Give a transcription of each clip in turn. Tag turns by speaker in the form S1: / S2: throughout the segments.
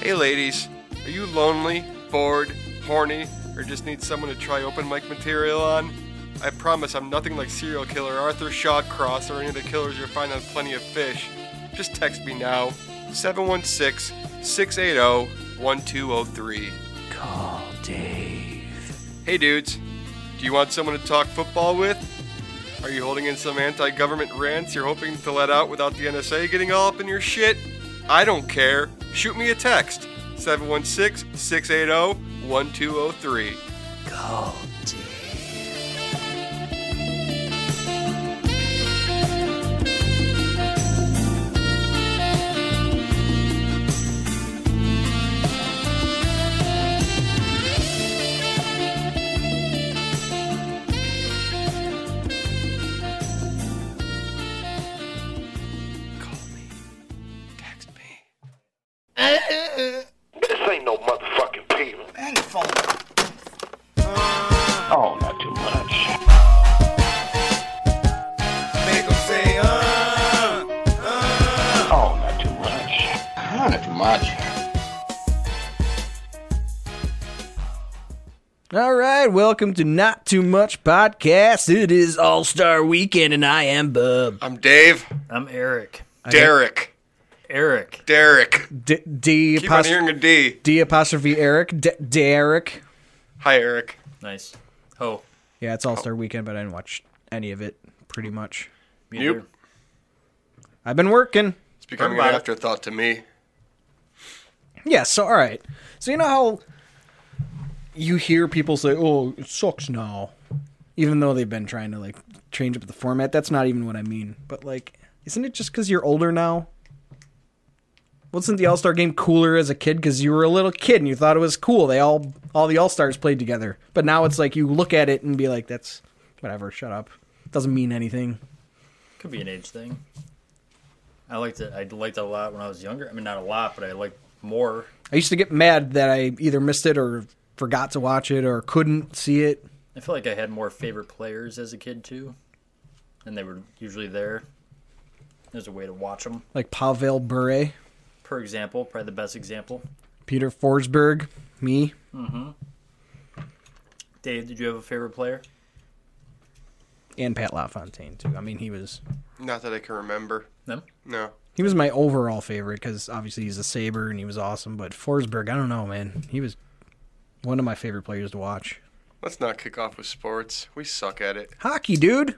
S1: Hey, ladies, are you lonely, bored, horny, or just need someone to try open mic material on? I promise I'm nothing like serial killer Arthur Shawcross or any of the killers you'll find on Plenty of Fish. Just text me now, 716 680 1203.
S2: Call Dave.
S1: Hey, dudes, do you want someone to talk football with? Are you holding in some anti government rants you're hoping to let out without the NSA getting all up in your shit? I don't care. Shoot me a text 716 680 1203.
S2: Call Dave.
S1: Call me. Text me.
S3: This ain't no motherfucking Peter.
S4: Hang the phone.
S3: Oh, not too much.
S4: Make 'em say, uh,
S3: Oh, not too much. Oh, not too much.
S2: All right, welcome to Not Too Much Podcast. It is All Star Weekend, and I am Bub.
S1: I'm Dave.
S5: I'm Eric.
S1: Derek.
S5: Eric.
S1: Derek.
S2: D, D,
S1: Keep on
S2: apos-
S1: hearing a D.
S2: D apostrophe Eric. D- Derek.
S1: Hi, Eric.
S5: Nice. Ho.
S2: Yeah, it's All Star Weekend, but I didn't watch any of it. Pretty much,
S5: Me
S1: Nope.
S5: either.
S2: I've been working.
S1: It's becoming an
S5: about it.
S1: afterthought to me.
S2: Yeah, so all right. So you know how you hear people say, "Oh, it sucks now," even though they've been trying to like change up the format. That's not even what I mean. But like, isn't it just because you're older now? Wasn't the All Star Game cooler as a kid because you were a little kid and you thought it was cool? They all all the All Stars played together. But now it's like you look at it and be like, "That's whatever. Shut up. Doesn't mean anything."
S5: Could be an age thing. I liked it. I liked it a lot when I was younger. I mean, not a lot, but I liked more.
S2: I used to get mad that I either missed it or forgot to watch it or couldn't see it.
S5: I feel like I had more favorite players as a kid too, and they were usually there. There's a way to watch them.
S2: Like Pavel Bure.
S5: For example, probably the best example.
S2: Peter Forsberg, me.
S5: Dave, did you have a favorite player?
S2: And Pat LaFontaine too. I mean, he was
S1: Not that I can remember.
S5: No.
S1: No.
S2: he was my overall favorite because obviously he's a Saber and he was awesome. But Forsberg, I don't know, man. He was one of my favorite players to watch.
S1: Let's not kick off with sports. We suck at it.
S2: Hockey, dude.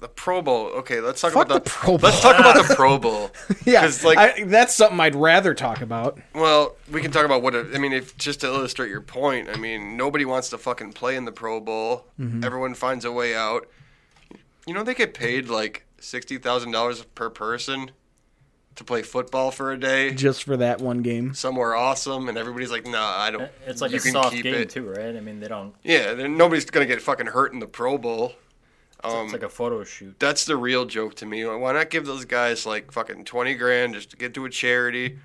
S1: The Pro Bowl. Okay, let's talk
S2: Fuck
S1: about
S2: the Pro
S1: Let's talk about the Pro Bowl.
S2: Yeah,
S1: 'Cause, like,
S2: I, that's something I'd rather talk about.
S1: well, we can talk about what. It, I mean, if just to illustrate your point, I mean, nobody wants to fucking play in the Pro Bowl.
S2: Mm-hmm.
S1: Everyone finds a way out. You know, they get paid like sixty thousand dollars per person to play football for a day
S2: Just for that one game.
S1: somewhere awesome, and everybody's like, "Nah, I don't."
S5: It's like
S1: you
S5: a
S1: can
S5: soft
S1: keep
S5: game
S1: it.
S5: too, right? I mean, they don't.
S1: Yeah, then nobody's gonna get fucking hurt in the Pro Bowl. Um,
S5: It's like a photo shoot.
S1: That's the real joke to me. Why not give those guys like fucking 20 grand just to get to a charity?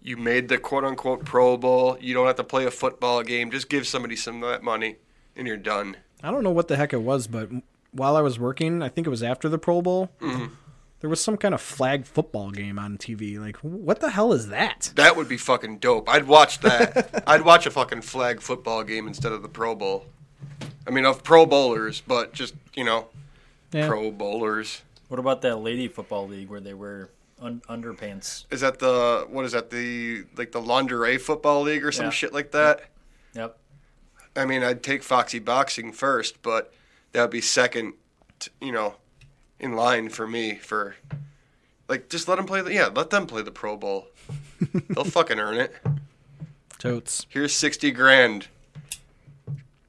S1: You made the quote unquote Pro Bowl. You don't have to play a football game. Just give somebody some of that money and you're done.
S2: I don't know what the heck it was, but while I was working, I think it was after the Pro Bowl.
S1: Mm-hmm.
S2: There was some kind of flag football game on TV. Like, what the hell is that?
S1: That would be fucking dope. I'd watch that. I'd watch a fucking flag football game instead of the Pro Bowl. I mean, of Pro Bowlers, but just, you know,
S2: Yeah.
S1: Pro Bowlers.
S5: What about that lady football league where they wear un- underpants?
S1: Is that the, what is that, the, like the Lingerie Football League or some
S5: Yeah.
S1: shit like that?
S5: Yep.
S1: I mean, I'd take Foxy Boxing first, but that would be second, t- you know, in line for me for like just let them play the yeah, let them play the Pro Bowl. They'll fucking earn it.
S2: Totes.
S1: Here's 60 grand.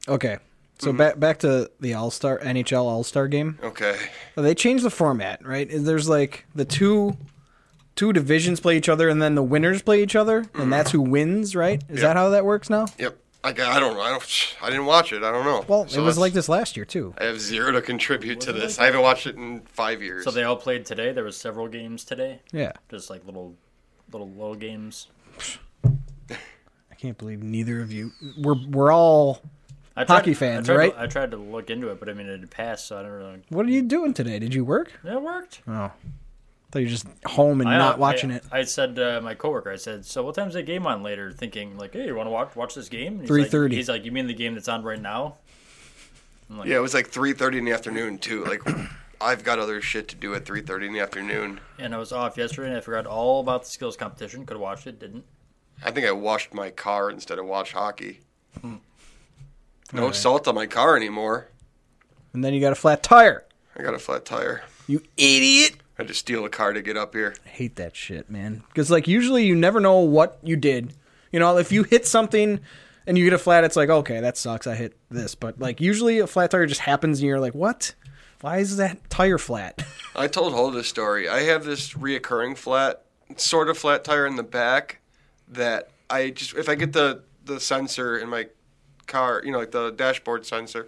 S2: Okay. So back back to the All Star NHL All Star game.
S1: Okay.
S2: They changed the format, right? There's like the two two divisions play each other, and then the winners play each other, and that's who wins, right? Is that how that works now?
S1: Yep. I, g- I don't know. I don't I didn't watch it. I don't know.
S2: Well,
S1: So
S2: it was
S1: that's-
S2: like this last year too.
S1: I have zero to contribute to this. I haven't watched it in 5 years.
S5: So they all played today. There was several games today.
S2: Yeah,
S5: Just like little, little, little games.
S2: I can't believe neither of you. We're we're all.
S5: I
S2: Hockey fans,
S5: I tried
S2: right?
S5: To, I tried to look into it, but I mean, it had passed, so I don't know.
S2: What are you doing today? Did you work?
S5: It worked.
S2: Oh, thought you were just home and
S5: I-
S2: not
S5: I-
S2: watching it.
S5: I said to my coworker, I said, "So what time's that game on later?" Thinking like, "Hey, you want to watch watch this game?" And he's like-
S2: 3:30.
S5: He's like, "You mean the game that's on right now?"
S1: Yeah, it was like 3:30 in the afternoon too. Like I've got other shit to do at 3:30 in the afternoon.
S5: And I was off yesterday, and I forgot all about the skills competition. Could have watched it, didn't.
S1: I think I washed my car instead of watch hockey.
S2: Hmm.
S1: No salt on my car anymore.
S2: And then you got a flat tire.
S1: I got a flat tire.
S2: You idiot.
S1: I had to steal a car to get up here.
S2: I hate that shit, man. Because like usually you never know what you did. You know, if you hit something and you get a flat, it's like okay, that sucks. I hit this, but like usually a flat tire just happens, and you're like, what? Why is that tire flat?
S1: I told Hull this story. I have this reoccurring flat, sort of flat tire in the back that I just, if I get the, the sensor in my car, you know, like the dashboard sensor,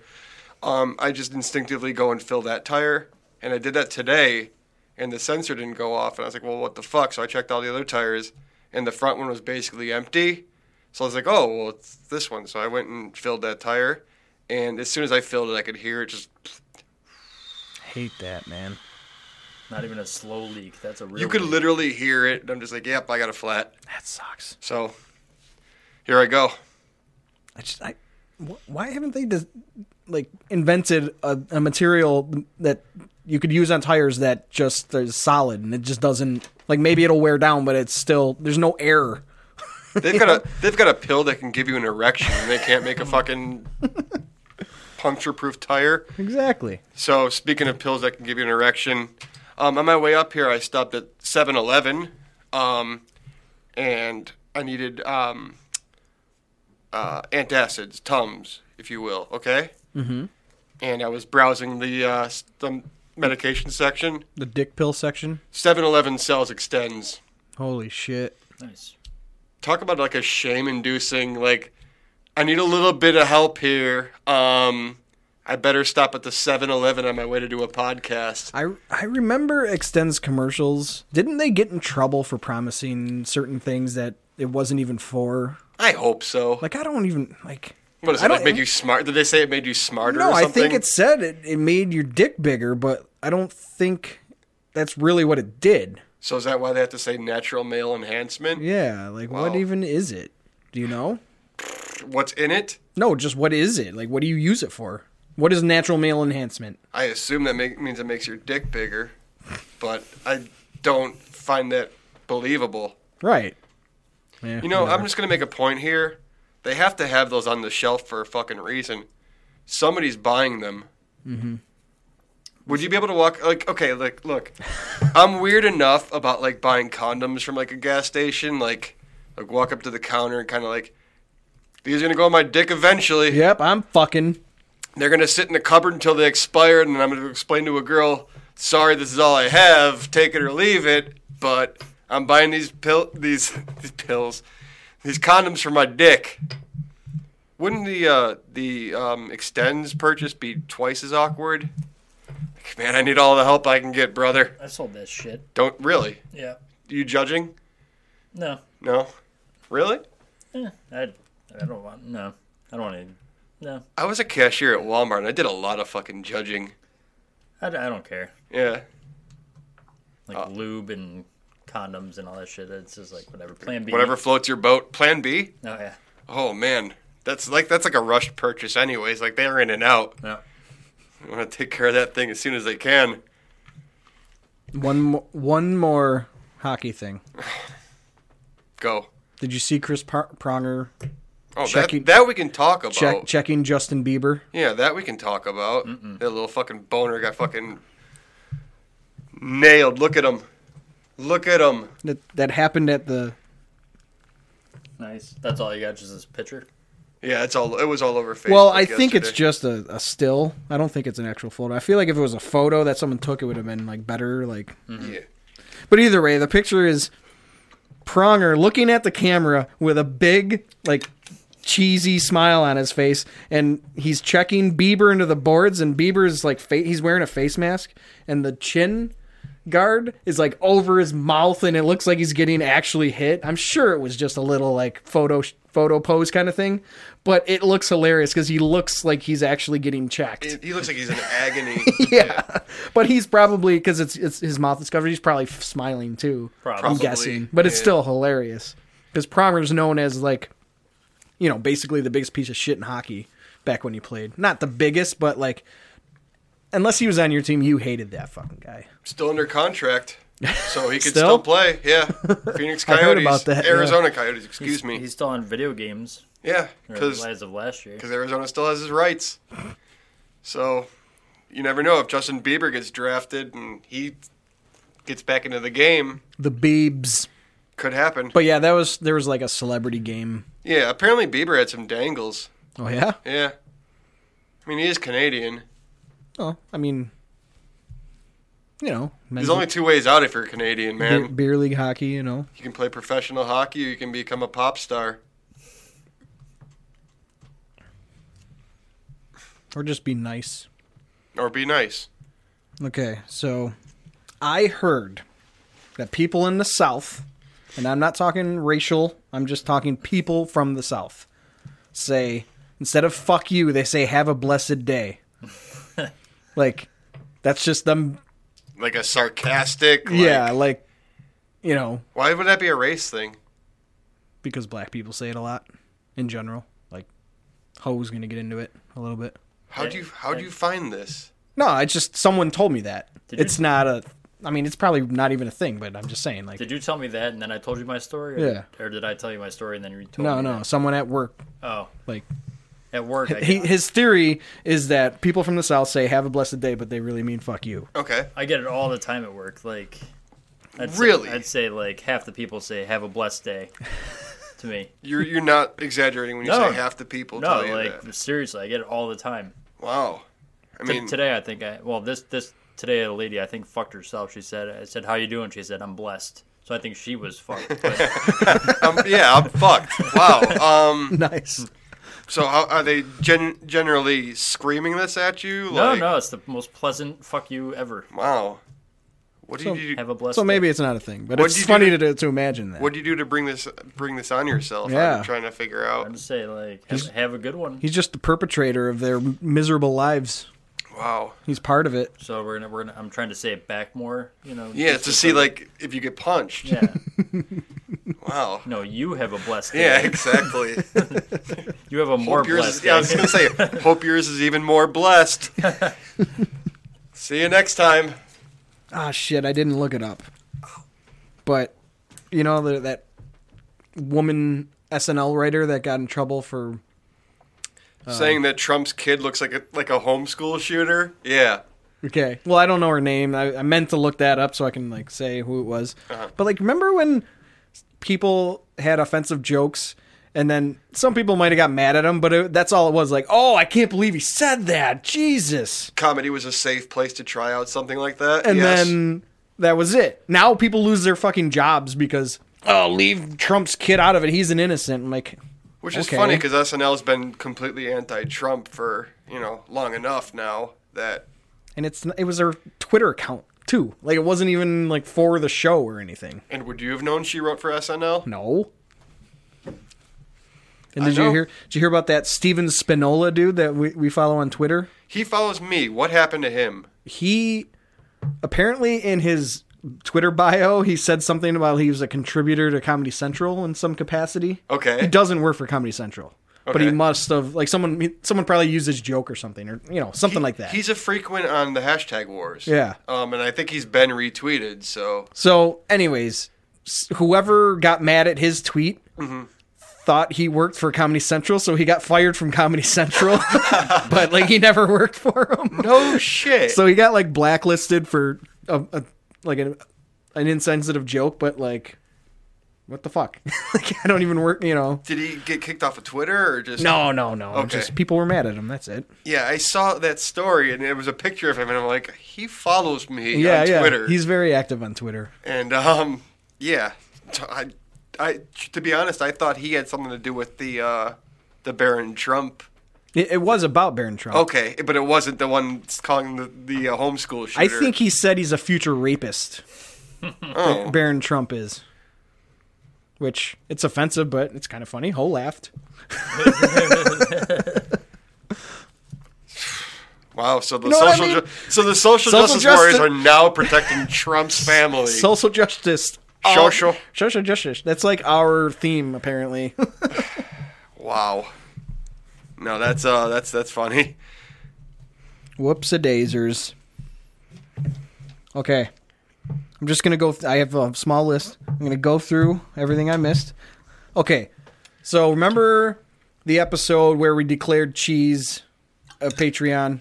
S1: um, I just instinctively go and fill that tire. And I did that today, and the sensor didn't go off. And I was like, well, what the fuck? So I checked all the other tires, and the front one was basically empty. So I was like, oh, well, it's this one. So I went and filled that tire. And as soon as I filled it, I could hear it just
S2: hate that, man.
S5: Not even a slow leak. That's a real.
S1: You could
S5: leak.
S1: literally hear it, and I'm just like, yep, I got a flat.
S2: That sucks.
S1: So here I go.
S2: I just I wh- why haven't they just like invented a, a material that you could use on tires that just is solid and it just doesn't like maybe it'll wear down, but it's still there's no air.
S1: They've got a they've got a pill that can give you an erection, and they can't make a fucking puncture-proof tire.
S2: Exactly.
S1: So speaking of pills that can give you an erection, um, on my way up here, I stopped at 7-Eleven, um, and I needed um, uh, antacids, Tums, if you will. Okay. Mm-hmm. And I was browsing the uh, s- the medication section.
S2: The dick pill section.
S1: 7-Eleven sells extends.
S2: Holy shit.
S5: Nice.
S1: talk about like a shame inducing like i need a little bit of help here um i better stop at the 7-eleven on my way to do a podcast
S2: I I remember Extend's commercials. Didn't they get in trouble for promising certain things that it wasn't even for?
S1: i hope so like
S2: Like I don't even like.
S1: what is
S2: I
S1: it like
S2: don't-
S1: make you smart did they say it made you smarter
S2: No,
S1: or
S2: I
S1: something
S2: think it said it, it made your dick bigger, but I don't think that's really what it did.
S1: so is that why they have to say natural male enhancement
S2: Yeah, like what
S1: Wow.
S2: even is it? Do you know?
S1: what's in it
S2: No, just what is it? Like what do you use it for? What is natural male enhancement?
S1: i assume that make, means it makes your dick bigger but i don't find that believable
S2: Right. Yeah,
S1: You know, I'm
S2: whatever.
S1: just gonna make a point here. They have to have those on the shelf for a fucking reason. Somebody's buying them.
S2: Mm-hmm.
S1: Would you be able to walk like okay, like look, I'm weird enough about like buying condoms from like a gas station, like like walk up to the counter and kind of like these are gonna go on my dick eventually.
S2: Yep, I'm fucking.
S1: They're gonna sit in the cupboard until they expire, and then I'm gonna explain to a girl, sorry, this is all I have, take it or leave it, but I'm buying these pill these these pills, these condoms for my dick. Wouldn't the uh, the um, extends purchase be twice as awkward? Like, man, I need all the help I can get, brother.
S5: I sold that shit.
S1: Don't really.
S5: Yeah.
S1: You judging?
S5: No.
S1: No. Really?
S5: Eh, I. I don't want. No. I don't want to. No.
S1: I was a cashier at Walmart, and I did a lot of fucking judging.
S5: I, I don't care.
S1: Yeah.
S5: Like
S1: Uh,
S5: lube and condoms and all that shit. It's just like whatever. Plan B.
S1: Whatever
S5: Oh
S1: floats your boat. Plan B.
S5: yeah.
S1: Oh man, that's like that's like a rushed purchase, anyways. Like they're in and out.
S5: No.
S1: I want to take care of that thing as soon as they can.
S2: One mo- one more hockey thing.
S1: Go.
S2: Did you see Chris Par- Pronger
S1: Oh,
S2: Checking-
S1: that, that we can talk about.
S2: check checking Justin Bieber?
S1: Yeah, that we can talk about. That little fucking boner got fucking nailed. Look at him. Look at him.
S2: That that happened at the
S5: Nice. That's all you got. Just this picture.
S1: Yeah, it's all. It was all over Facebook.
S2: well, I think it's
S1: yesterday.
S2: just a, a still. I don't think it's an actual photo. I feel like if it was a photo that someone took, it would have been like better. Like,
S1: Yeah.
S2: but either way, the picture is Pronger looking at the camera with a big like cheesy smile on his face, and he's checking Bieber into the boards, and Bieber's like fa- he's wearing a face mask, and the chin guard is like over his mouth and it looks like he's getting actually hit. I'm sure it was just a little like photo photo pose kind of thing, but it looks hilarious cuz he looks like he's actually getting checked.
S1: He- He looks like he's in agony.
S2: yeah. But he's probably cuz it's it's his mouth is covered, he's probably f- smiling too. I'm
S5: Probably.
S2: guessing, but it's
S1: yeah.
S2: still hilarious cuz Promer's known as like you know, basically the biggest piece of shit in hockey back when he played. Not the biggest, but like unless he was on your team, you hated that fucking guy.
S1: Still under contract, so he could
S2: Still?
S1: still, play. Yeah, Phoenix
S2: I
S1: Coyotes,
S2: heard about that, yeah.
S1: Arizona Coyotes. Excuse
S5: He's-
S1: me.
S5: He's still on video games
S1: yeah,
S5: or
S1: because
S5: as of last year.
S1: Arizona still has his rights. So you never know if Justin Bieber gets drafted and he gets back into the game.
S2: The Beebs.
S1: Could happen.
S2: But yeah, that was there was like a celebrity game.
S1: yeah, apparently Bieber had some dangles.
S2: Oh yeah.
S1: Yeah, I mean he is Canadian.
S2: Oh, I mean, you know, men's
S1: There's only two ways out if you're Canadian,
S2: beer,
S1: man.
S2: beer league hockey. You know,
S1: You can play professional hockey or you can become a pop star.
S2: or just be nice.
S1: Or be nice.
S2: Okay, so I heard that people in the South, and I'm not talking racial, I'm just talking people from the South, say, instead of fuck you, they say have a blessed day. like, that's just them.
S1: Like a sarcastic. Like,
S2: yeah, like, you know,
S1: Why would that be a race thing?
S2: because black people say it a lot in general. Like, Ho's going to get into it a little bit.
S1: How do you how do you find this?
S2: No, it's just someone told me that.
S5: Did you-
S2: it's not a. I mean, it's probably not even a thing, but I'm just saying, like,
S5: Did you tell me that and then I told you my story? Or,
S2: Yeah.
S5: Or did I tell you my story and then you told
S2: no,
S5: me?
S2: no,
S5: that?
S2: someone at work,
S5: Oh,
S2: like,
S5: at work. I,
S2: he,
S5: get-
S2: his theory is that people from the South say "Have a blessed day," but they really mean "fuck you."
S1: Okay.
S5: I get it all the time at work. Like, I'd
S1: Really?
S5: Say, I'd say like half the people say "Have a blessed day" to me.
S1: You're you're not exaggerating when you
S5: No.
S1: say half the people
S5: No,
S1: tell you
S5: like
S1: that.
S5: seriously, I get it all the time.
S1: Wow. I
S5: T-
S1: mean
S5: today, I think I well this this today a lady I think fucked herself. She said, "I said how you doing?" She said, "I'm blessed." So I think she was fucked. But
S1: I'm, yeah, I'm fucked. Wow. Um
S2: Nice.
S1: so how are they gen- generally screaming this at you?
S5: no,
S1: Like,
S5: no, it's the most pleasant "fuck you" ever.
S1: Wow. What do
S2: So-
S1: you do
S5: Have a blessed.
S2: So maybe
S5: day.
S2: it's not a thing, but
S1: What'd
S2: it's
S1: you do
S2: funny
S1: to-
S2: to, to imagine that.
S1: what do you do to bring this bring this on yourself?
S2: Yeah.
S1: I'm trying to figure
S5: I'm
S1: out.
S5: just saying like have, have a good one.
S2: He's just the perpetrator of their miserable lives.
S1: Wow.
S2: He's part of it.
S5: So we're gonna we're gonna I'm trying to say it back more. You know.
S1: Yeah,
S5: just
S1: to see like if you get punched.
S5: Yeah.
S1: Wow.
S5: No, you have a blessed day.
S1: Yeah, exactly.
S5: You have a more
S1: Hope yours
S5: blessed
S1: is, yeah, I was
S5: day.
S1: gonna say, hope yours is even more blessed. See you next time.
S2: Ah, shit! I didn't look it up. But you know the, that woman SNL writer that got in trouble for
S1: Saying that Trump's kid looks like a like a homeschool shooter. Yeah.
S2: Okay. Well, I don't know her name. I, I meant to look that up so I can like say who it was. But like, remember when people had offensive jokes, and then some people might have got mad at him, but it, that's all it was. Like, oh, I can't believe he said that. Jesus.
S1: Comedy was a safe place to try out something like that.
S2: And
S1: yes.
S2: then that was it. Now people lose their fucking jobs because oh, leave Trump's kid out of it. He's an innocent. I'm like,
S1: Which is
S2: okay.
S1: funny because SNL's been completely anti Trump for, you know, long enough now that
S2: and it's it was her Twitter account too. Like, it wasn't even like for the show or anything.
S1: and would you have known she wrote for SNL?
S2: No. And
S1: I
S2: did you
S1: know.
S2: hear? Did you hear about that Steven Spinola dude that we, we follow on Twitter?
S1: He follows me. What happened to him?
S2: He apparently in his Twitter bio he said something about he was a contributor to Comedy Central in some capacity.
S1: Okay.
S2: he doesn't work for Comedy Central, but he
S1: Okay.
S2: must have like someone someone probably used his joke or something or you know something like that.
S1: He's a frequent on the hashtag wars.
S2: Yeah.
S1: Um, and I think he's been retweeted, so
S2: So, anyways, s- whoever got mad at his tweet
S1: Mm-hmm.
S2: thought he worked for Comedy Central, so he got fired from Comedy Central. but like, he never worked for him.
S1: No shit.
S2: Oh, So he got like blacklisted for a, a like an, an insensitive joke, but like, what the fuck? like, I don't even work. You know?
S1: Did he get kicked off of Twitter or just
S2: No, no, no.
S1: Okay.
S2: Just people were mad at him. That's it.
S1: Yeah, I saw that story and it was a picture of him, and I'm like, he follows me
S2: Yeah,
S1: on
S2: yeah.
S1: Twitter.
S2: He's very active on Twitter.
S1: and um, yeah, T- I, I, to be honest, I thought he had something to do with the uh, the Baron Trump
S2: It, it was about Baron Trump.
S1: Okay, but it wasn't the one that's calling the the uh, homeschool shooter.
S2: I think he said he's a future rapist.
S1: Oh.
S2: Baron Trump is. Which it's offensive, but it's kind of funny. Ho laughed.
S1: Wow. So the
S2: know what I
S1: social
S2: mean?
S1: ju- so the social,
S2: Social
S1: justice warriors
S2: justice-
S1: are now protecting Trump's family.
S2: Social justice.
S1: Social.
S2: Social justice. That's like our theme, apparently.
S1: wow. No, that's uh, that's that's funny.
S2: Whoops a daisers. Okay. I'm just going to go. Th- I have a small list. I'm going to go through everything I missed. Okay. So remember the episode where we declared cheese a Patreon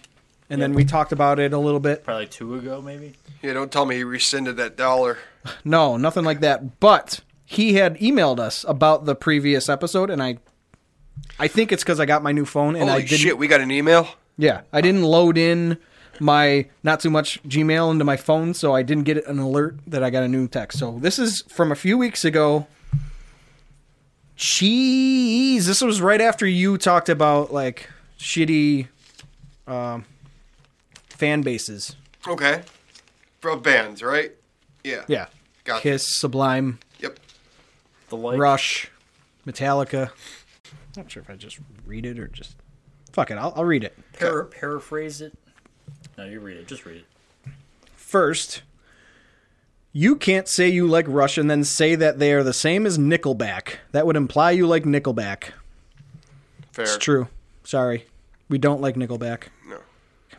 S2: and then we talked about it a little bit?
S5: Probably two ago, maybe.
S1: Yeah, don't tell me he rescinded that dollar.
S2: No, nothing like that. But he had emailed us about the previous episode and I. I think it's because I got my new phone and I
S1: Holy
S2: didn't.
S1: shit, we got an email.
S2: Yeah, I didn't load in my not too much Gmail into my phone, so I didn't get an alert that I got a new text. So this is from a few weeks ago. Jeez, this was right after you talked about like shitty um, fan bases.
S1: Okay. From bands, right? Yeah.
S2: Yeah,
S1: Gotcha.
S2: Kiss, Sublime,
S1: Yep.
S5: The light.
S2: Rush, Metallica. Not sure if I just read it or just fuck it. I'll, I'll read it.
S5: Para- paraphrase it. No, you read it. Just read it.
S2: First, you can't say you like Rush and then say that they are the same as Nickelback. That would imply you like Nickelback.
S1: Fair.
S2: It's true. Sorry. We don't like Nickelback,
S1: No.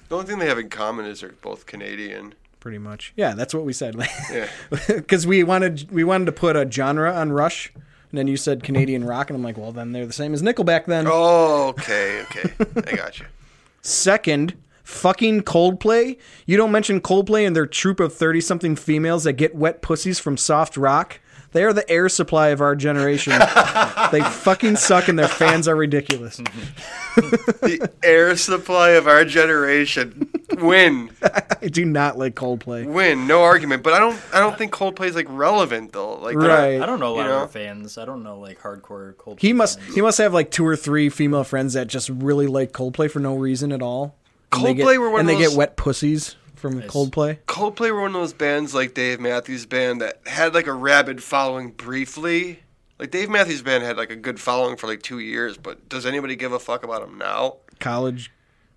S1: The only thing they have in common is they're both Canadian.
S2: pretty much. Yeah, that's what we said.
S1: Yeah.
S2: Cuz we wanted we wanted to put a genre on Rush, and then you said Canadian rock and I'm like, "Well, then they're the same as Nickelback then."
S1: Oh, okay, okay. I got you.
S2: Second, fucking Coldplay. You don't mention Coldplay and their troop of 30 something females that get wet pussies from soft rock. They are the air supply of our generation. they fucking suck and their fans are ridiculous.
S1: The air supply of our generation. Win,
S2: I do not like Coldplay.
S1: win. No argument. But I don't. I don't think Coldplay's like relevant though. Like they're not-
S2: Right.
S5: I don't know a
S1: You
S5: lot
S1: know?
S5: of our fans. I don't know like hardcore Coldplay.
S2: He must
S5: fans.
S2: he must have like two or three female friends that just really like Coldplay for no reason at all. And they get-
S1: Coldplay were one
S2: and
S1: of
S2: they
S1: those-
S2: get wet pussies from Coldplay.
S1: Coldplay were one of those bands like Dave Matthews Band that had like a rabid following briefly. Like Dave Matthews Band had like a good following for like two years, but does anybody give a fuck about them now?
S2: College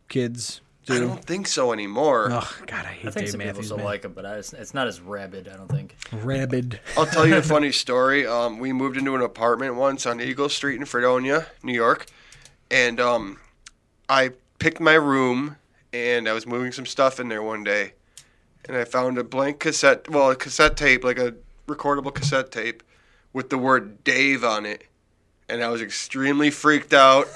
S2: kids
S1: I
S2: do.
S1: don't think so anymore.
S2: Oh god, I hate
S5: I think
S2: Dave
S5: some people
S2: Matthews.
S5: still
S2: Man.
S5: like it, but I, it's, it's not as rabid. I don't think.
S2: Rabid.
S1: I'll tell you a funny story. Um, we moved into an apartment once on Eagle Street in Fredonia, New York, and um, I picked my room, and I was moving some stuff in there one day, and I found a blank cassette, well, a cassette tape, like a recordable cassette tape, with the word Dave on it, and I was extremely freaked out.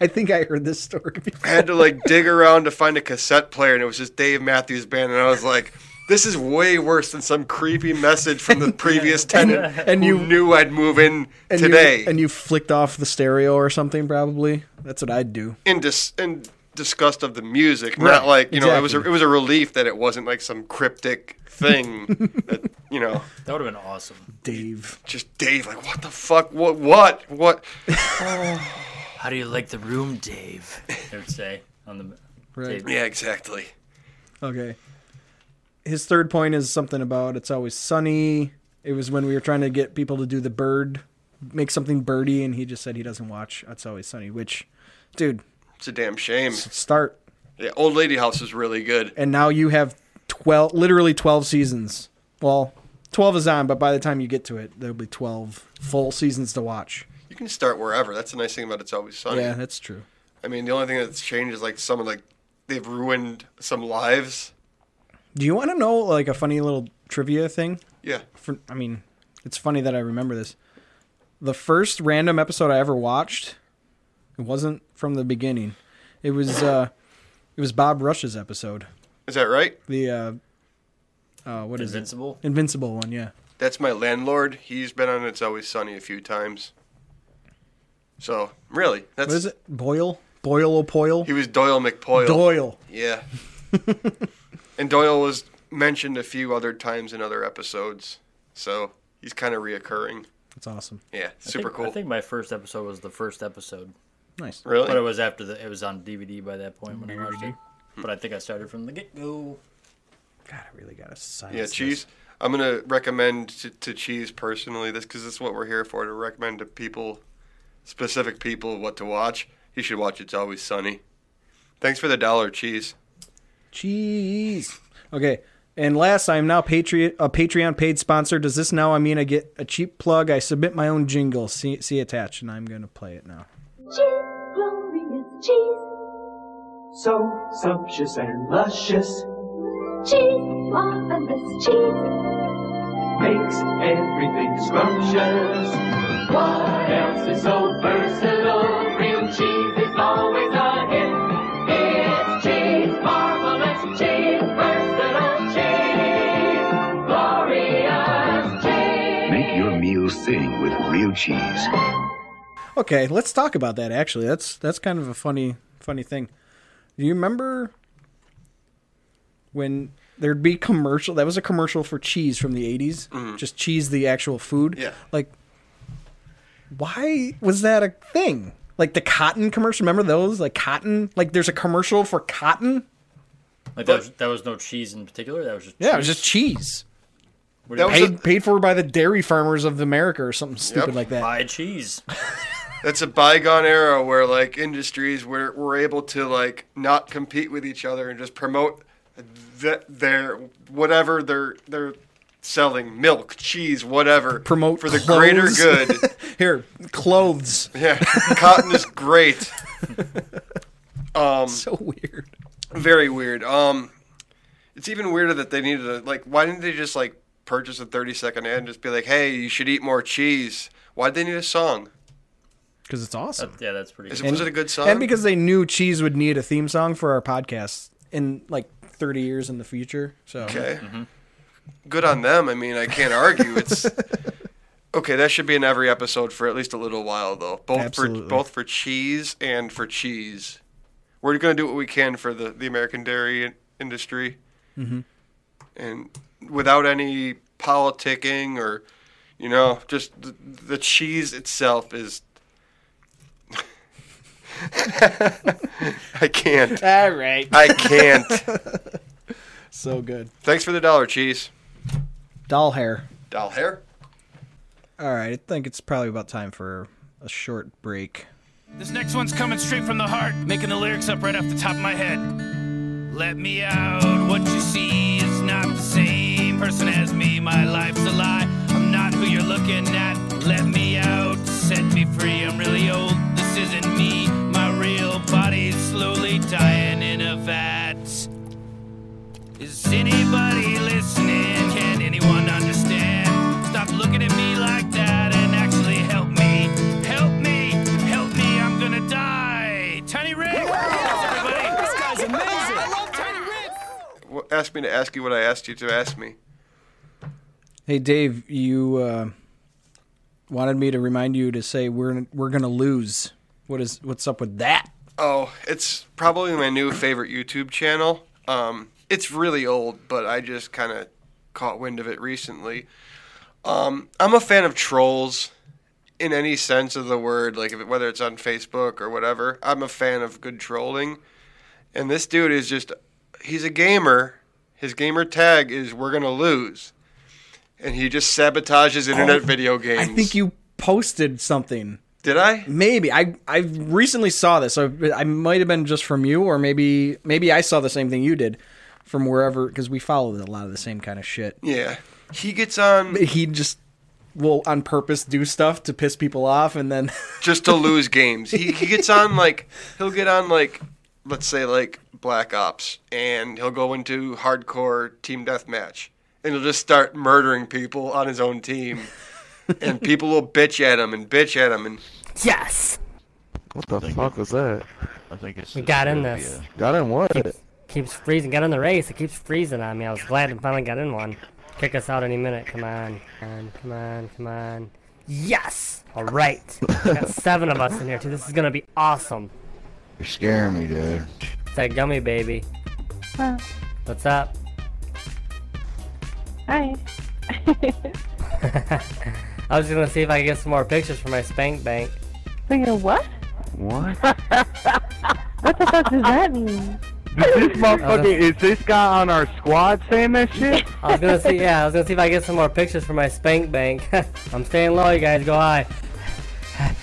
S2: I think I heard this story before.
S1: I had to like dig around to find a cassette player, and it was just Dave Matthews Band, and I was like. This is way worse than some creepy message from the previous tenant
S2: And
S1: you
S2: you
S1: knew I'd move in
S2: and
S1: today.
S2: You, and you flicked off the stereo or something, probably. That's what I'd do.
S1: in dis- in disgust of the music,
S2: Right,
S1: not like you know, it was a, it
S2: exactly.
S1: was a relief that it wasn't like some cryptic thing that you know,
S5: That would have been awesome.
S2: Dave.
S1: just Dave, like what the fuck, what, what, what?
S5: How do you like the room, Dave? They would say on the
S2: Right.
S5: Dave.
S1: Yeah, exactly.
S2: Okay. His third point is something about it's always sunny. It was when we were trying to get people to do the bird, make something birdy, and he just said he doesn't watch It's Always Sunny, which, dude,
S1: It's a damn shame.
S2: start.
S1: Yeah, Old Lady House is really good.
S2: And now you have 12, literally 12 seasons. Well, 12 is on, but by the time you get to it, there'll be 12 full seasons to watch.
S1: You can start wherever. That's the nice thing about It's Always Sunny.
S2: Yeah, that's true.
S1: I mean, the only thing that's changed is like some of like they've ruined some lives.
S2: Do you want to know like a funny little trivia thing?
S1: Yeah.
S2: For, I mean, it's funny that I remember this. The first random episode I ever watched, it wasn't from the beginning. It was uh, it was Bob Rush's episode.
S1: Is that right?
S2: The uh, uh what is it?
S5: Invincible.
S2: Invincible one, yeah.
S1: That's my landlord. He's been on It's Always Sunny a few times. So really, that's
S2: What is it? Boyle, Boyle O'Poyle,
S1: He was Doyle McPoyle.
S2: Doyle.
S1: Yeah. and Doyle was mentioned a few other times in other episodes, so he's kind of reoccurring.
S2: That's awesome.
S1: Yeah, super
S5: I think, I
S1: cool.
S5: think my first episode was the first episode.
S2: Nice.
S5: But it
S1: Really?
S5: was after the it was on DVD by that point when I watched it.
S1: Mm-hmm.
S5: But I think I started from the get go.
S2: God, I really gotta silence.
S1: Yeah,
S2: this.
S1: cheese. I'm gonna recommend to, to cheese personally this because this is what we're here for to recommend to people, specific people, what to watch. You should watch It's Always Sunny. Thanks for the dollar, cheese.
S2: Cheese. Okay. And last, I am now Patriot, a Patreon paid sponsor. Does this now I mean I get a cheap plug? I submit my own jingle. See, see attached, and I'm going to play it now.
S6: Cheese, glorious cheese,
S7: So sumptuous and luscious
S6: cheese, marvelous cheese.
S7: makes everything scrumptious. What else is so versatile? Real cheese is always a hit. It's cheese, marvelous cheese, versatile cheese, glorious cheese.
S8: Make your meals sing with real cheese.
S2: Okay, let's talk about that. Actually, that's that's kind of a funny funny thing. Do you remember when there'd be commercial? That was a commercial for cheese from the '80s. Just cheese, the actual food.
S1: Mm-hmm. Yeah.
S2: Like, why was that a thing? Like the cotton commercial. Remember those? Like cotton. Like there's a commercial for cotton.
S5: Like that was, that was no cheese in particular. That was just
S2: Yeah, it was just cheese.
S5: What do you
S1: That was a-
S5: mean?
S2: Paid, paid for by the dairy farmers of America or something stupid
S1: Yep.
S2: like that.
S5: buy cheese.
S1: That's a bygone era where like industries were, were able to like not compete with each other and just promote th- their whatever they're they're selling milk, cheese, whatever
S2: Promote
S1: for the
S2: clothes.
S1: greater good.
S2: Here, clothes.
S1: Yeah, cotton is great. Um,
S2: So weird.
S1: very weird. Um, it's even weirder that they needed to like. Why didn't they just like purchase a thirty second ad and just be like, "Hey, you should eat more cheese." Why would they need a song?
S2: Because it's awesome.
S5: yeah, that's pretty.
S1: Is
S5: Good.
S1: it, was it a good song?
S2: And because they knew cheese would need a theme song for our podcast in like 30 years in the future. So
S1: okay,
S2: Mm-hmm.
S1: good on them. I mean, I can't argue. It's okay. That should be in every episode for at least a little while, though. Both
S2: Absolutely.
S1: for both for cheese and for cheese. We're going to do what we can for the the American dairy in- industry, and without any politicking or, you know, just the, the cheese itself is. I can't.
S2: all right.
S1: I can't.
S2: So good.
S1: Thanks for the dollar, cheese.
S2: Doll hair.
S1: Doll hair.
S2: All right. I think it's probably about time for a short break.
S9: This next one's coming straight from the heart, making the lyrics up right off the top of my head. Let me out, what you see is not the same person as me. My life's a lie, I'm not who you're looking at. Let me out, set me free, I'm really old, this isn't me. My real body's slowly dying in a vat. Is anybody listening? Can anyone understand? Stop looking at me like that and actually help me. Help me! Help me! I'm gonna die! Tiny Rick! Thanks, everybody! This guy's amazing! I love Tiny Rick!
S1: Well, ask me to ask you what I asked you to ask me.
S2: Hey, Dave, you uh, wanted me to remind you to say we're we're going to lose. What is what's up with that?
S1: Oh, it's probably my new favorite YouTube channel. Um, it's really old, but I just kind of caught wind of it recently. Um, I'm a fan of trolls in any sense of the word, like if it, whether it's on Facebook or whatever. I'm a fan of good trolling, and this dude is just—he's a gamer. His gamer tag is "We're gonna lose," and he just sabotages internet video games.
S2: Oh, I think you posted something.
S1: did. I
S2: Maybe I I recently saw this. So I might have been just from you, or maybe maybe I saw the same thing you did from wherever because we follow a lot of the same kind of shit.
S1: yeah. He gets on
S2: He just will on purpose do stuff to piss people off, and then
S1: just to lose games. He, he gets on like he'll get on like let's say like Black Ops and he'll go into hardcore team deathmatch and he'll just start murdering people on his own team and people will bitch at him and bitch at him and
S10: Yes.
S11: What the fuck was that?
S4: I think it's.
S10: We got in this.
S11: Got in what?
S10: Keeps freezing. Got in the race. It keeps freezing on me. I was glad I finally got in one. Kick us out any minute. Come on. Come on. Come on. Come on. Yes. All right. We got seven of us in here too. This is gonna be awesome.
S8: You're scaring me, dude.
S10: It's that gummy baby. What's up?
S6: Hi.
S10: I was gonna see if I could get some more pictures for my spank bank.
S6: For your what?
S11: What?
S12: What the fuck does that mean?
S11: This motherfucker, is this guy on our squad saying that shit?
S10: I was gonna see, yeah, I was gonna see if I get some more pictures for my spank bank. I'm staying low, you guys. Go high.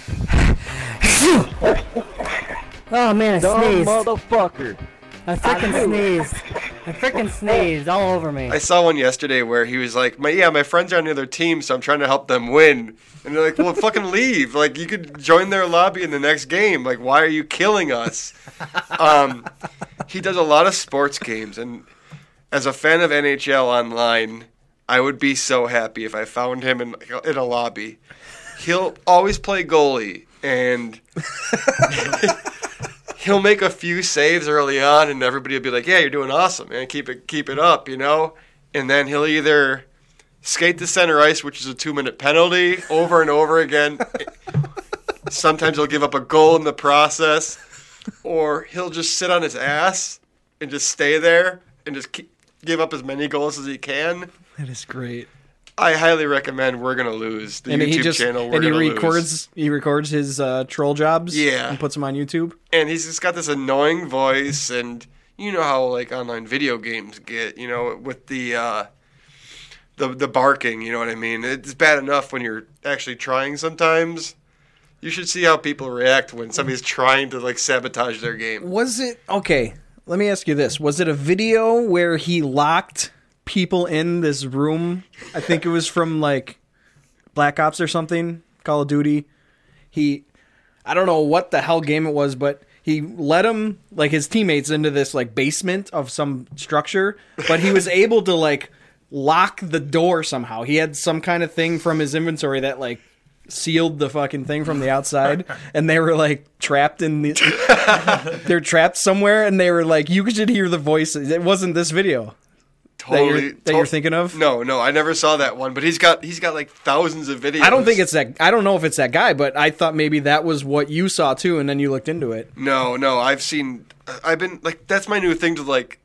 S10: oh man, I
S11: Dumb
S10: sneezed.
S11: motherfucker.
S10: I freaking sneezed. I freaking sneezed all over me.
S1: I saw one yesterday where he was like, "My yeah, my friends are on the other team, so I'm trying to help them win." And they're like, "Well, fucking leave! Like you could join their lobby in the next game. Like why are you killing us?" Um, he does a lot of sports games, and as a fan of NHL Online, I would be so happy if I found him in in a lobby. He'll always play goalie, and he'll make a few saves early on, and everybody will be like, "Yeah, you're doing awesome, man. Keep it, keep it up," you know. And then he'll either skate the center ice, which is a two-minute penalty, over and over again. Sometimes he'll give up a goal in the process, or he'll just sit on his ass and just stay there and just keep, give up as many goals as he can.
S2: That is great.
S1: I highly recommend. We're gonna lose the
S2: and
S1: YouTube
S2: he just
S1: channel. We're
S2: and he
S1: gonna
S2: records
S1: lose.
S2: he records his uh, troll jobs.
S1: Yeah.
S2: and puts them on YouTube.
S1: and he's just got this annoying voice and you know how like online video games get you know with the uh the the barking you know what i mean it's bad enough when you're actually trying sometimes you should see how people react when somebody's trying to like sabotage their game
S2: Was it okay? Let me ask you this: Was it a video where he locked people in this room? I think it was from like Black Ops or something, Call of Duty. He, I don't know what the hell game it was, but he let him like his teammates into this like basement of some structure, but he was able to like lock the door somehow. He had some kind of thing from his inventory that like sealed the fucking thing from the outside and they were like trapped in the they're trapped somewhere and they were like you should hear the voices it wasn't this video that you're, that you're
S1: to-
S2: thinking of
S1: no no i never saw that one but he's got he's got like thousands of videos
S2: i don't think it's that i don't know if it's that guy but i thought maybe that was what you saw too and then you looked into it
S1: No, no, I've seen. I've been like that's my new thing to like.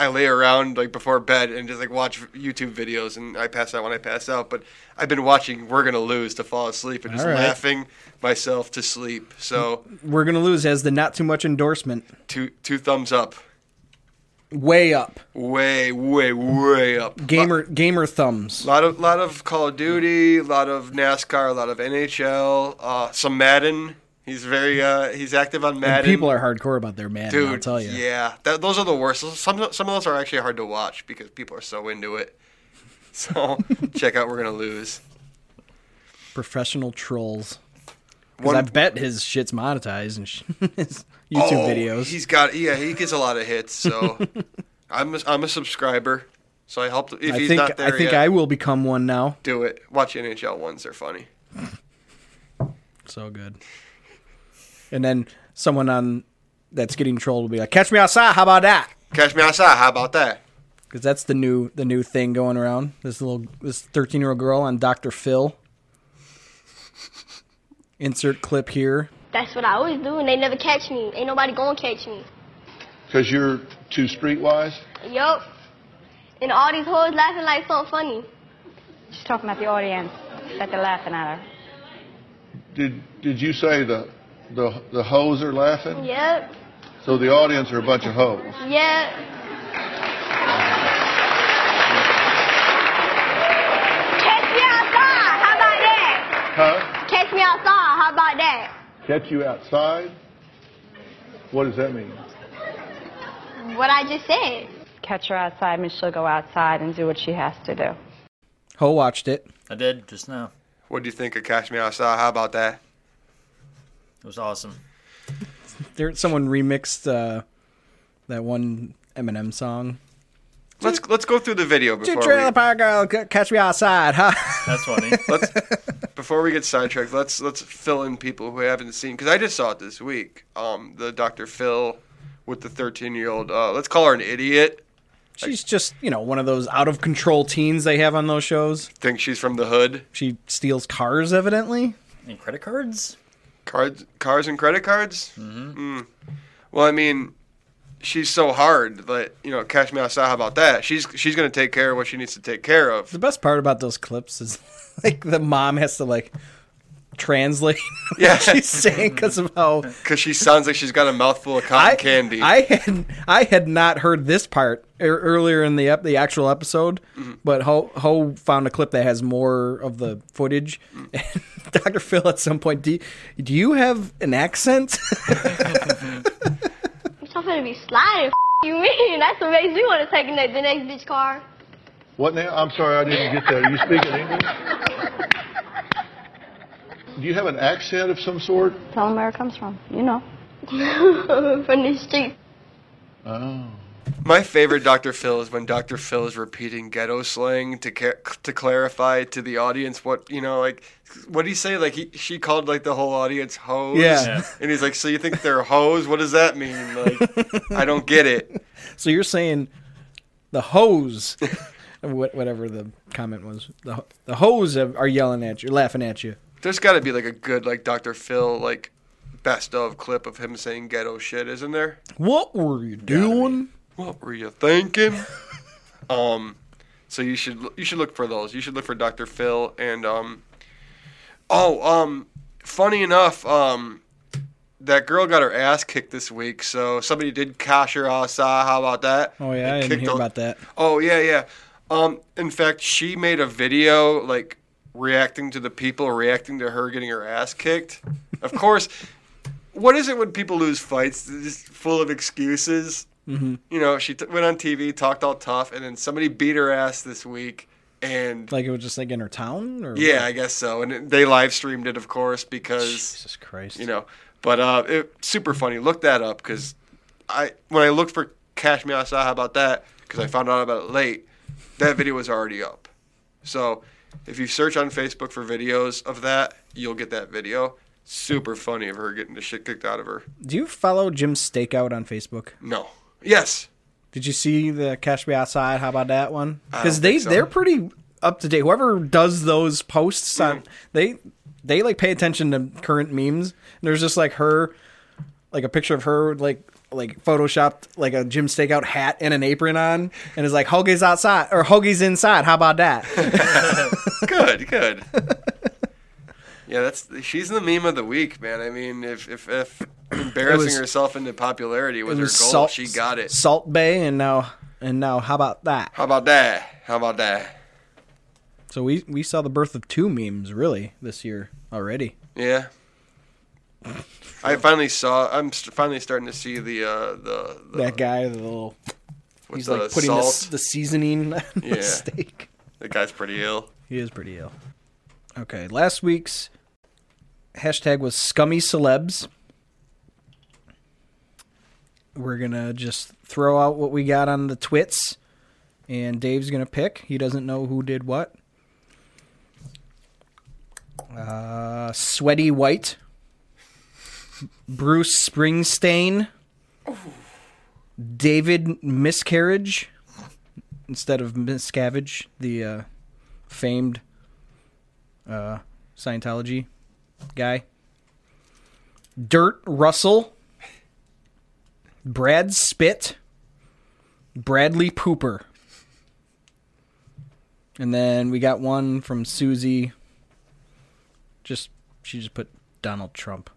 S1: I lay around like before bed and just like watch YouTube videos, and I pass out when I pass out. But I've been watching "We're Gonna Lose" to fall asleep and just
S2: All right.
S1: laughing myself to sleep. So
S2: we're gonna lose as the not too much endorsement
S1: two two thumbs up,
S2: way up
S1: way way way up.
S2: gamer gamer thumbs
S1: A lot of lot of Call of Duty, a lot of NASCAR, a lot of NHL, uh, some Madden. He's very uh, he's active on
S2: and
S1: Madden.
S2: people are hardcore about their man
S1: Dude,
S2: i'll tell you
S1: Yeah, that, those are the worst. Some some of those are actually hard to watch because people are so into it. So check out. We're gonna lose.
S2: professional trolls 'Cause
S1: One-
S2: i bet his shit's monetized and sh- his youtube
S1: Oh,
S2: videos
S1: He's got. Yeah, he gets a lot of hits. So I'm a, I'm a subscriber. So I helped. If
S2: I
S1: he's
S2: think
S1: not there
S2: I think
S1: yet,
S2: I will become one now.
S1: do it. Watch NHL ones. They're funny.
S2: So good. And then someone on that's getting trolled will be like, "Catch me outside. How about that?"
S1: Catch me outside. How about that?
S2: Because that's the new the new thing going around. This little this thirteen year old girl on Dr. Phil. Insert clip here.
S13: That's what I always do, and they never catch me. Ain't nobody gonna catch me.
S14: Because you're too streetwise?
S13: Yup. And all these hoes laughing like something funny. She's talking about the audience that they're laughing at her.
S14: Did, did you say the, the, the hoes are laughing?
S13: Yep.
S14: So the audience are a bunch of hoes.
S13: Yep. Catch me outside. How about that?
S14: Huh?
S13: Catch me outside. How about that?
S14: Catch you outside? What does that mean?
S13: What I just said.
S15: Catch her outside and she'll go outside and do what she has to do.
S2: Ho watched it.
S5: I did just now.
S1: What do you think of Catch Me Outside? How about that?
S5: It was awesome.
S2: There, someone remixed uh, that one Eminem song.
S1: Let's let's go through the video
S2: Two
S1: before we,
S2: trailer park girl, c- catch me outside, huh?
S5: That's funny.
S1: let's before we get sidetracked, let's let's fill in people who haven't seen because I just saw it this week. Um, the Dr. Phil with the 13 year old. Uh, let's call her an idiot.
S2: She's just you know one of those out of control teens they have on those shows.
S1: Think she's from the hood.
S2: She steals cars, evidently.
S5: And credit cards?
S1: Cards, cars, and credit cards. Mm-hmm. Mm. Well, I mean, she's so hard that you know, cash me outside. How about that? She's she's gonna take care of what she needs to take care of.
S2: The best part about those clips is like the mom has to like translate what she's saying because of how
S1: Because she sounds like she's got a mouthful of cotton candy.
S2: I had I had not heard this part e- earlier in the ep- the actual episode,
S1: Mhm.
S2: but Ho Ho found a clip that has more of the footage. And Dr. Phil at some point, do you, do you have an accent?
S13: Bitch, I'm finna be sliding. You mean? That's what makes me want to take the next, the next bitch car.
S14: What now? I'm sorry, I didn't get that. Are you speaking English? Do you have an accent of some sort?
S13: Tell them where it comes from. You know. From the street.
S14: Oh.
S1: My favorite Dr. Phil is when Dr. Phil is repeating ghetto slang to ca- to clarify to the audience what you know like what do you say like he, she called like the whole audience hoes
S2: Yeah. Yeah.
S1: and he's like so you think they're hoes what does that mean like I don't get it
S2: so you're saying the hose, what whatever the comment was, the ho- the hose are are yelling at you, laughing at you.
S1: there's got to be like a good like Dr. Phil like best of clip of him saying ghetto shit isn't there
S2: What were you doing?
S1: What were you thinking? um, so you should you should look for those. You should look for Dr. Phil and um, oh um, funny enough um, that girl got her ass kicked this week. So somebody did cash her outside. How about that?
S2: Oh yeah, I
S1: And
S2: didn't
S1: kicked
S2: hear
S1: a-
S2: about that.
S1: Oh yeah, yeah. Um, in fact, she made a video like reacting to the people reacting to her getting her ass kicked. Of course, what is it when people lose fights? They're Just full of excuses.
S2: Mm-hmm.
S1: You know, she t- went on TV, talked all tough, and then somebody beat her ass this week. And
S2: Like it was just like in her town, or
S1: yeah, I guess so. And it- they live streamed it, of course, because Jesus
S2: Christ,
S1: you know. But uh, it super funny. Look that up because I when I looked for Cash Me Outside how about that because I found out about it late. That video was already up. So if you search on Facebook for videos of that, you'll get that video. Super funny of her getting the shit kicked out of her.
S2: Do you follow Jim's Stakeout on Facebook?
S1: No. Yes.
S2: Did you see the Cash Me Outside? How about that one?
S1: I don't
S2: Because they
S1: think so.
S2: they're pretty up to date. Whoever does those posts on they they like pay attention to current memes. And there's just like her, like a picture of her with, like like photoshopped like a Jim Stakeout hat and an apron on, and it's like Hoagie's outside or Hoagie's inside. How about that?
S1: good, good. Yeah, that's she's the meme of the week, man. I mean, if if, if embarrassing
S2: was-
S1: herself into popularity was, her goal, she got it.
S2: Salt Bay, and now and now how about that?
S1: How about that? How about that?
S2: So we we saw the birth of two memes really this year already.
S1: Yeah. I finally saw. I'm st- finally starting to see the uh, the
S2: that guy, the little.
S1: With
S2: he's
S1: the
S2: like putting the, s-
S1: salt.
S2: the seasoning on
S1: Yeah.
S2: the steak.
S1: the guy's pretty ill.
S2: He is pretty ill. Okay, last week's hashtag was scummy celebs. We're gonna just throw out what we got on the twits, and Dave's gonna pick. He doesn't know who did what. Uh, sweaty white, Bruce Springsteen, David Miscarriage instead of Miscavige, the uh, famed uh, Scientology guy. Dirt Russell, Brad Spit, Bradley Pooper. And then we got one from Susie. Just she just put Donald Trump.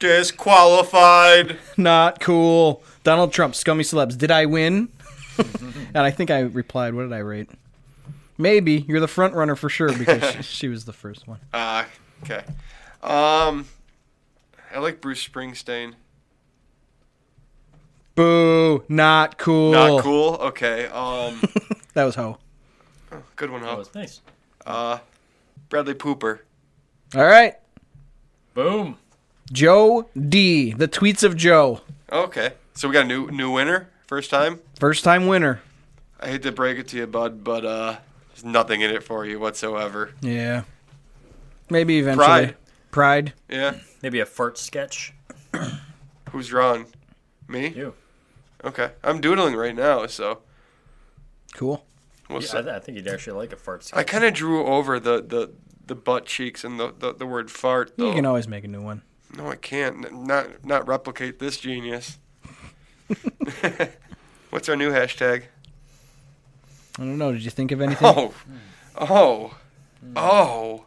S1: Disqualified.
S2: Not cool. Donald Trump, scummy celebs. Did I win? and I think I replied, what did I rate? Maybe. You're the front runner for sure because she, she was the first one.
S1: Ah, okay. Um, I like Bruce Springsteen.
S2: Boo. Not cool.
S1: Not cool. Okay. Um,
S2: That was Ho.
S1: good one, huh? That was nice. Uh, Bradley Pooper.
S2: All right.
S1: Boom.
S2: Joe D. The tweets of Joe.
S1: Okay, so we got a new new winner first time.
S2: First time winner.
S1: I hate to break it to you, bud, but uh, there's nothing in it for you whatsoever.
S2: Yeah. Maybe eventually. Pride. Pride.
S1: Yeah.
S5: Maybe a fart sketch.
S1: Who's drawing? Me. You. Okay, I'm doodling right now, so
S2: Cool.
S1: we'll
S5: yeah,
S1: see.
S5: I, th- I think you'd actually like a fart sketch.
S1: I kind of drew over the, the the butt cheeks and the the, the word fart. Though.
S2: You can always make a new one.
S1: No, I can't. N- Not not replicate this genius. What's our new hashtag?
S2: I don't Hmm. know. Did you think of anything?
S1: Oh, oh, oh.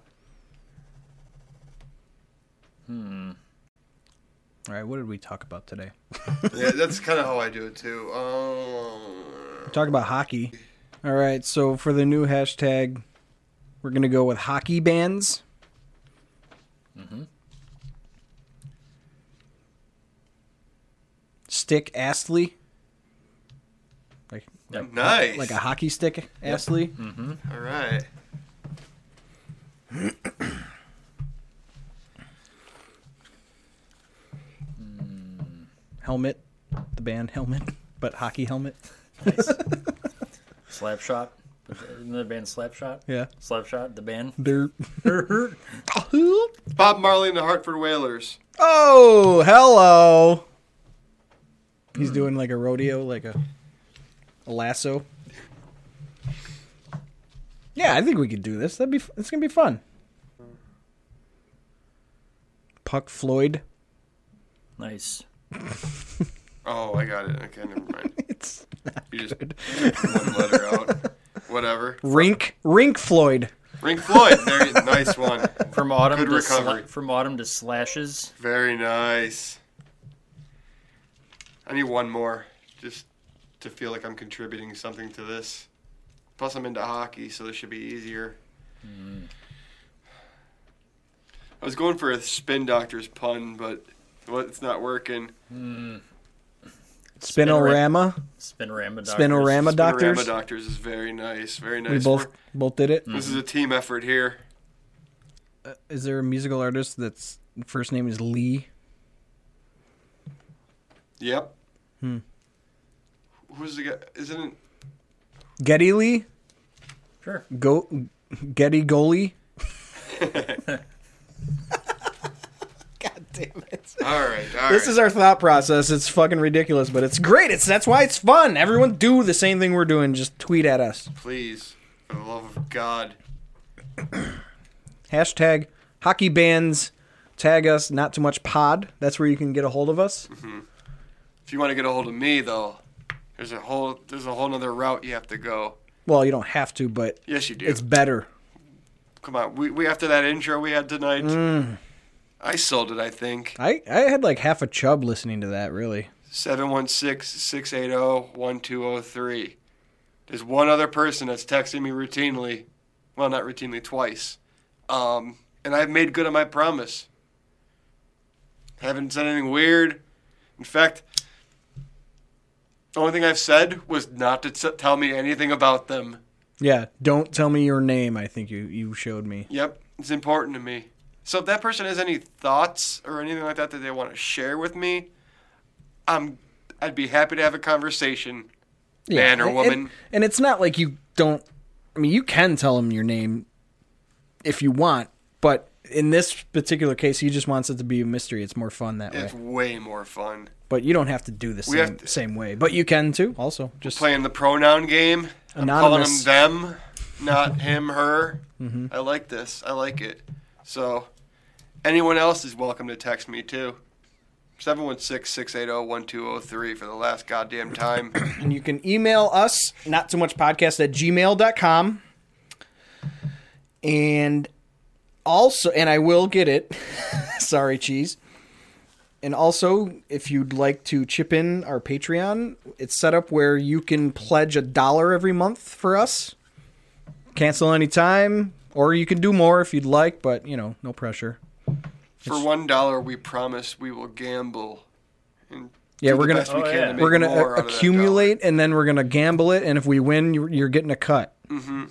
S5: Hmm.
S2: All right, what did we talk about today?
S1: yeah, that's kind of how I do it too. Um,
S2: Talk about hockey. All right, so for the new hashtag, we're gonna go with hockey bands.
S5: Mm-hmm.
S2: Stick Astley. Like,
S1: Yep. Nice.
S2: Like a hockey stick,
S1: Yep.
S2: Astley.
S1: All right.
S2: Helmet, the band helmet, but hockey helmet.
S5: Slapshot. Isn't the band Slapshot?
S2: Yeah.
S5: Slapshot, the band.
S2: Dirt.
S1: Bob Marley and the Hartford Whalers.
S2: Oh, hello. He's doing like a rodeo, like a, a lasso. Yeah, I think we could do this. That'd be f- it's gonna be fun. Puck Floyd.
S5: Nice.
S1: Oh, I got it. Okay, never mind. it's you just took one letter out. Whatever.
S2: Rink Rink Floyd.
S1: Rink Floyd. Very nice one.
S5: From autumn
S1: Good
S5: to
S1: recovery.
S5: sla- from autumn to slashes.
S1: Very nice. I need one more just to feel like I'm contributing something to this. Plus, I'm into hockey, so this should be easier. I was going for a spin doctor's pun, but well, it's not working.
S2: Spinorama.
S5: Spinorama
S2: Doctors. Spinorama Doctors.
S1: Spinorama Doctors is very nice. Very nice.
S2: We both
S1: We're-
S2: both did it.
S1: This is a team effort here.
S2: Is there a musical artist that's first name is Lee?
S1: Yep.
S2: Hmm.
S1: Who's the guy? Isn't it?
S2: Getty Lee.
S5: Sure.
S2: Go Getty Goalie.
S1: God damn it. All right. All right.
S2: this is our thought process. It's fucking ridiculous, but it's great. It's that's why it's fun. Everyone do the same thing we're doing. Just tweet at us.
S1: Please, for the love of God.
S2: Hashtag hockey bands. Tag us. Not too much pod. That's where you can get a hold of us.
S1: Mhm. If you want to get a hold of me, though, there's a whole there's a whole nother route you have to go.
S2: Well, you don't have to, but
S1: Yes, you do.
S2: It's better.
S1: Come on, we, we after that intro we had tonight,
S2: Mm.
S1: I sold it. I think
S2: I I had like half a chub listening to that. Really.
S1: oh, 716-680-1203. There's one other person that's texting me routinely, well, not routinely, twice, um, and I've made good on my promise. Haven't said anything weird. In fact, the only thing I've said was not to t- tell me anything about them.
S2: Yeah. Don't tell me your name. I think you you showed me.
S1: Yep, it's important to me. So if that person has any thoughts or anything like that that they want to share with me, I'm I'd be happy to have a conversation, man
S2: Yeah,
S1: or
S2: and-
S1: woman.
S2: And, and it's not like you don't. I mean, you can tell him your name if you want, but in this particular case, he just wants it to be a mystery. It's more fun that
S1: it's
S2: way.
S1: way more fun.
S2: But you don't have to do the
S1: We have
S2: same, same way. But you can too. Also, just
S1: Playing the pronoun game.
S2: Anonymous.
S1: I'm calling them them, not him, her.
S2: Mhm.
S1: I like this. I like it. So anyone else is welcome to text me too. oh, 716-680-1203 for the last goddamn time.
S2: and you can email us not too much podcast at gmail.com and also and i will get it sorry cheese and also if you'd like to chip in our patreon it's set up where you can pledge a dollar every month for us cancel anytime or you can do more if you'd like but you know no pressure
S1: For one dollar, we promise we will gamble. And
S2: Yeah,
S1: do
S2: we're
S1: the
S2: gonna
S1: best we can to make
S2: we're gonna
S1: more
S2: a-
S1: out of that
S2: accumulate, and then we're gonna gamble it. And if we win, you're, you're getting a cut.
S1: dollar. Mhm.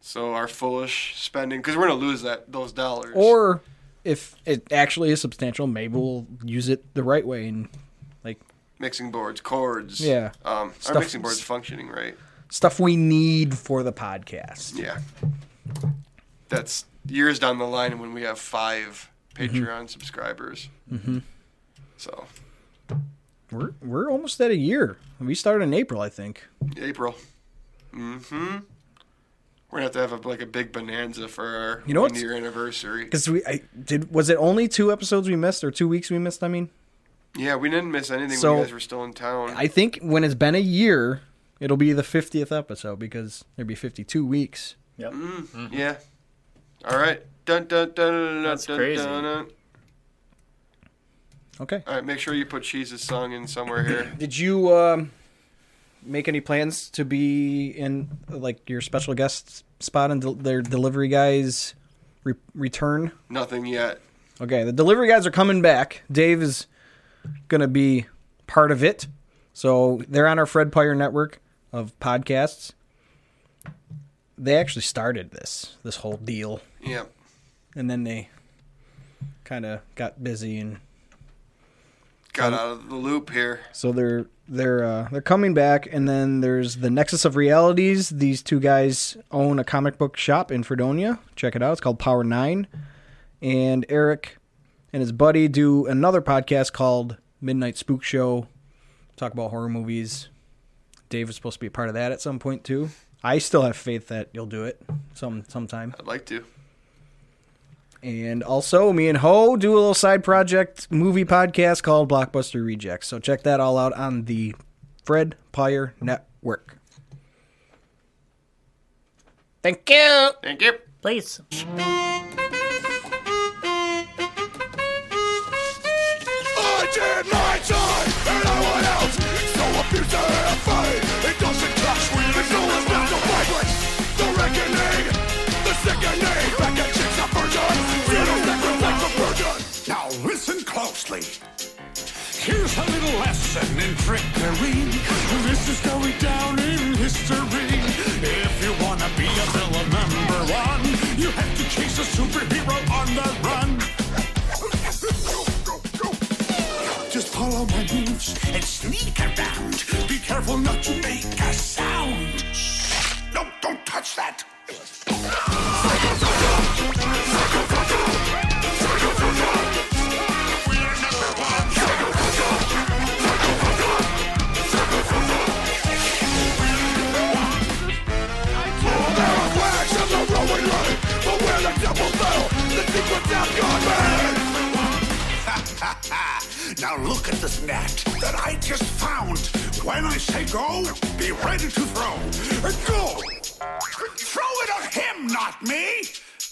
S1: So our foolish spending, because we're gonna lose that those dollars.
S2: Or if it actually is substantial, maybe we'll use it the right way and like
S1: mixing boards, cords.
S2: Yeah.
S1: Um,
S2: Stuff-
S1: our mixing board's functioning right.
S2: stuff we need for the podcast.
S1: Yeah. That's years down the line when we have five Patreon subscribers.
S2: Mm-hmm.
S1: So
S2: We're we're almost at a year. We started in April, I think.
S1: April. Mm-hmm. We're gonna have to have a, like a big bonanza for our
S2: You know
S1: one
S2: what's-
S1: year anniversary.
S2: Because we I, did was it only two episodes we missed or two weeks we missed? I mean,
S1: Yeah, we didn't miss anything
S2: So-
S1: when you guys were still in town.
S2: I think when it's been a year, it'll be the fiftieth episode because there'd be fifty-two weeks.
S5: Yep.
S1: Yeah. All right. Dun, dun, dun, dun, That's dun,
S5: crazy.
S1: Dun, dun.
S2: Okay.
S1: All right, make sure you put Cheese's song in somewhere here.
S2: Did you um, make any plans to be in like your special guest spot and del- their delivery guys re- return?
S1: Nothing yet.
S2: Okay, the delivery guys are coming back. Dave is going to be part of it. So they're on our Fred Pyre network of podcasts. They actually started this this whole deal.
S1: Yep.
S2: And then they kind of got busy and
S1: Got out of the loop here.
S2: So they're they're uh, they're coming back, and then there's the Nexus of Realities. These two guys own a comic book shop in Fredonia. Check it out. It's called Power Nine, and Eric and his buddy do another podcast called Midnight Spook Show. Talk about horror movies. Dave was supposed to be a part of that at some point too. I still have faith that you'll do it some sometime.
S1: I'd like to.
S2: And also, me and Ho do a little side project movie podcast called Blockbuster Rejects. So check that all out on the Fred Pyre Network. Thank you.
S1: Thank you.
S10: Please.
S4: I did my time, and I went out. So abused to have fun. It doesn't clash with the soul is not the vibrance. The reckoning, the sickening. Back at chicks up virgin. Feelings that reflect the virgin. Now listen closely. Here's a little lesson in trickery. This is going down in history. If you wanna be a villain number one, you have to chase a superhero on the run. Just follow my moves and sneak around. Be careful not to make a sound. No, don't touch that. There are flags of the road light, but we're the double battle, the secret's outgunned. now look at this net that I just found. When I say go, be ready to throw. Uh, Go! Throw it at him, not me!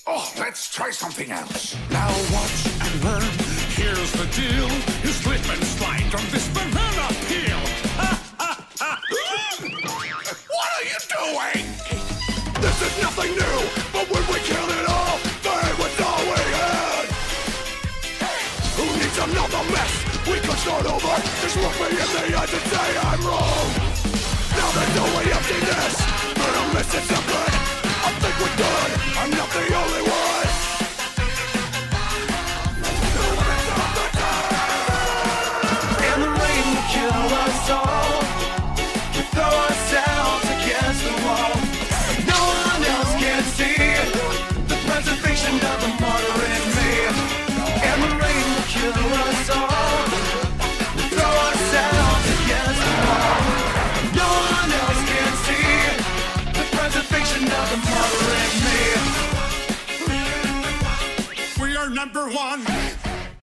S4: Oh, let's try something else. Now watch and learn. Here's the deal. You slip and slide on this banana peel. what are you doing? This is nothing new, but when we killed it all, they was all we had. Who needs another mess? We could start over. Just look me in the eye and say I'm wrong. Now there's no way emptiness, but I'm missing something. I think we're done. I'm not the only one.
S7: And the rain will kill us all. We throw ourselves against the wall. No one else can see the preservation of the martyr in me. And the rain will kill us all. We throw ourselves against the wall. No one else can see the preservation of the martyr in me.
S4: We are number one.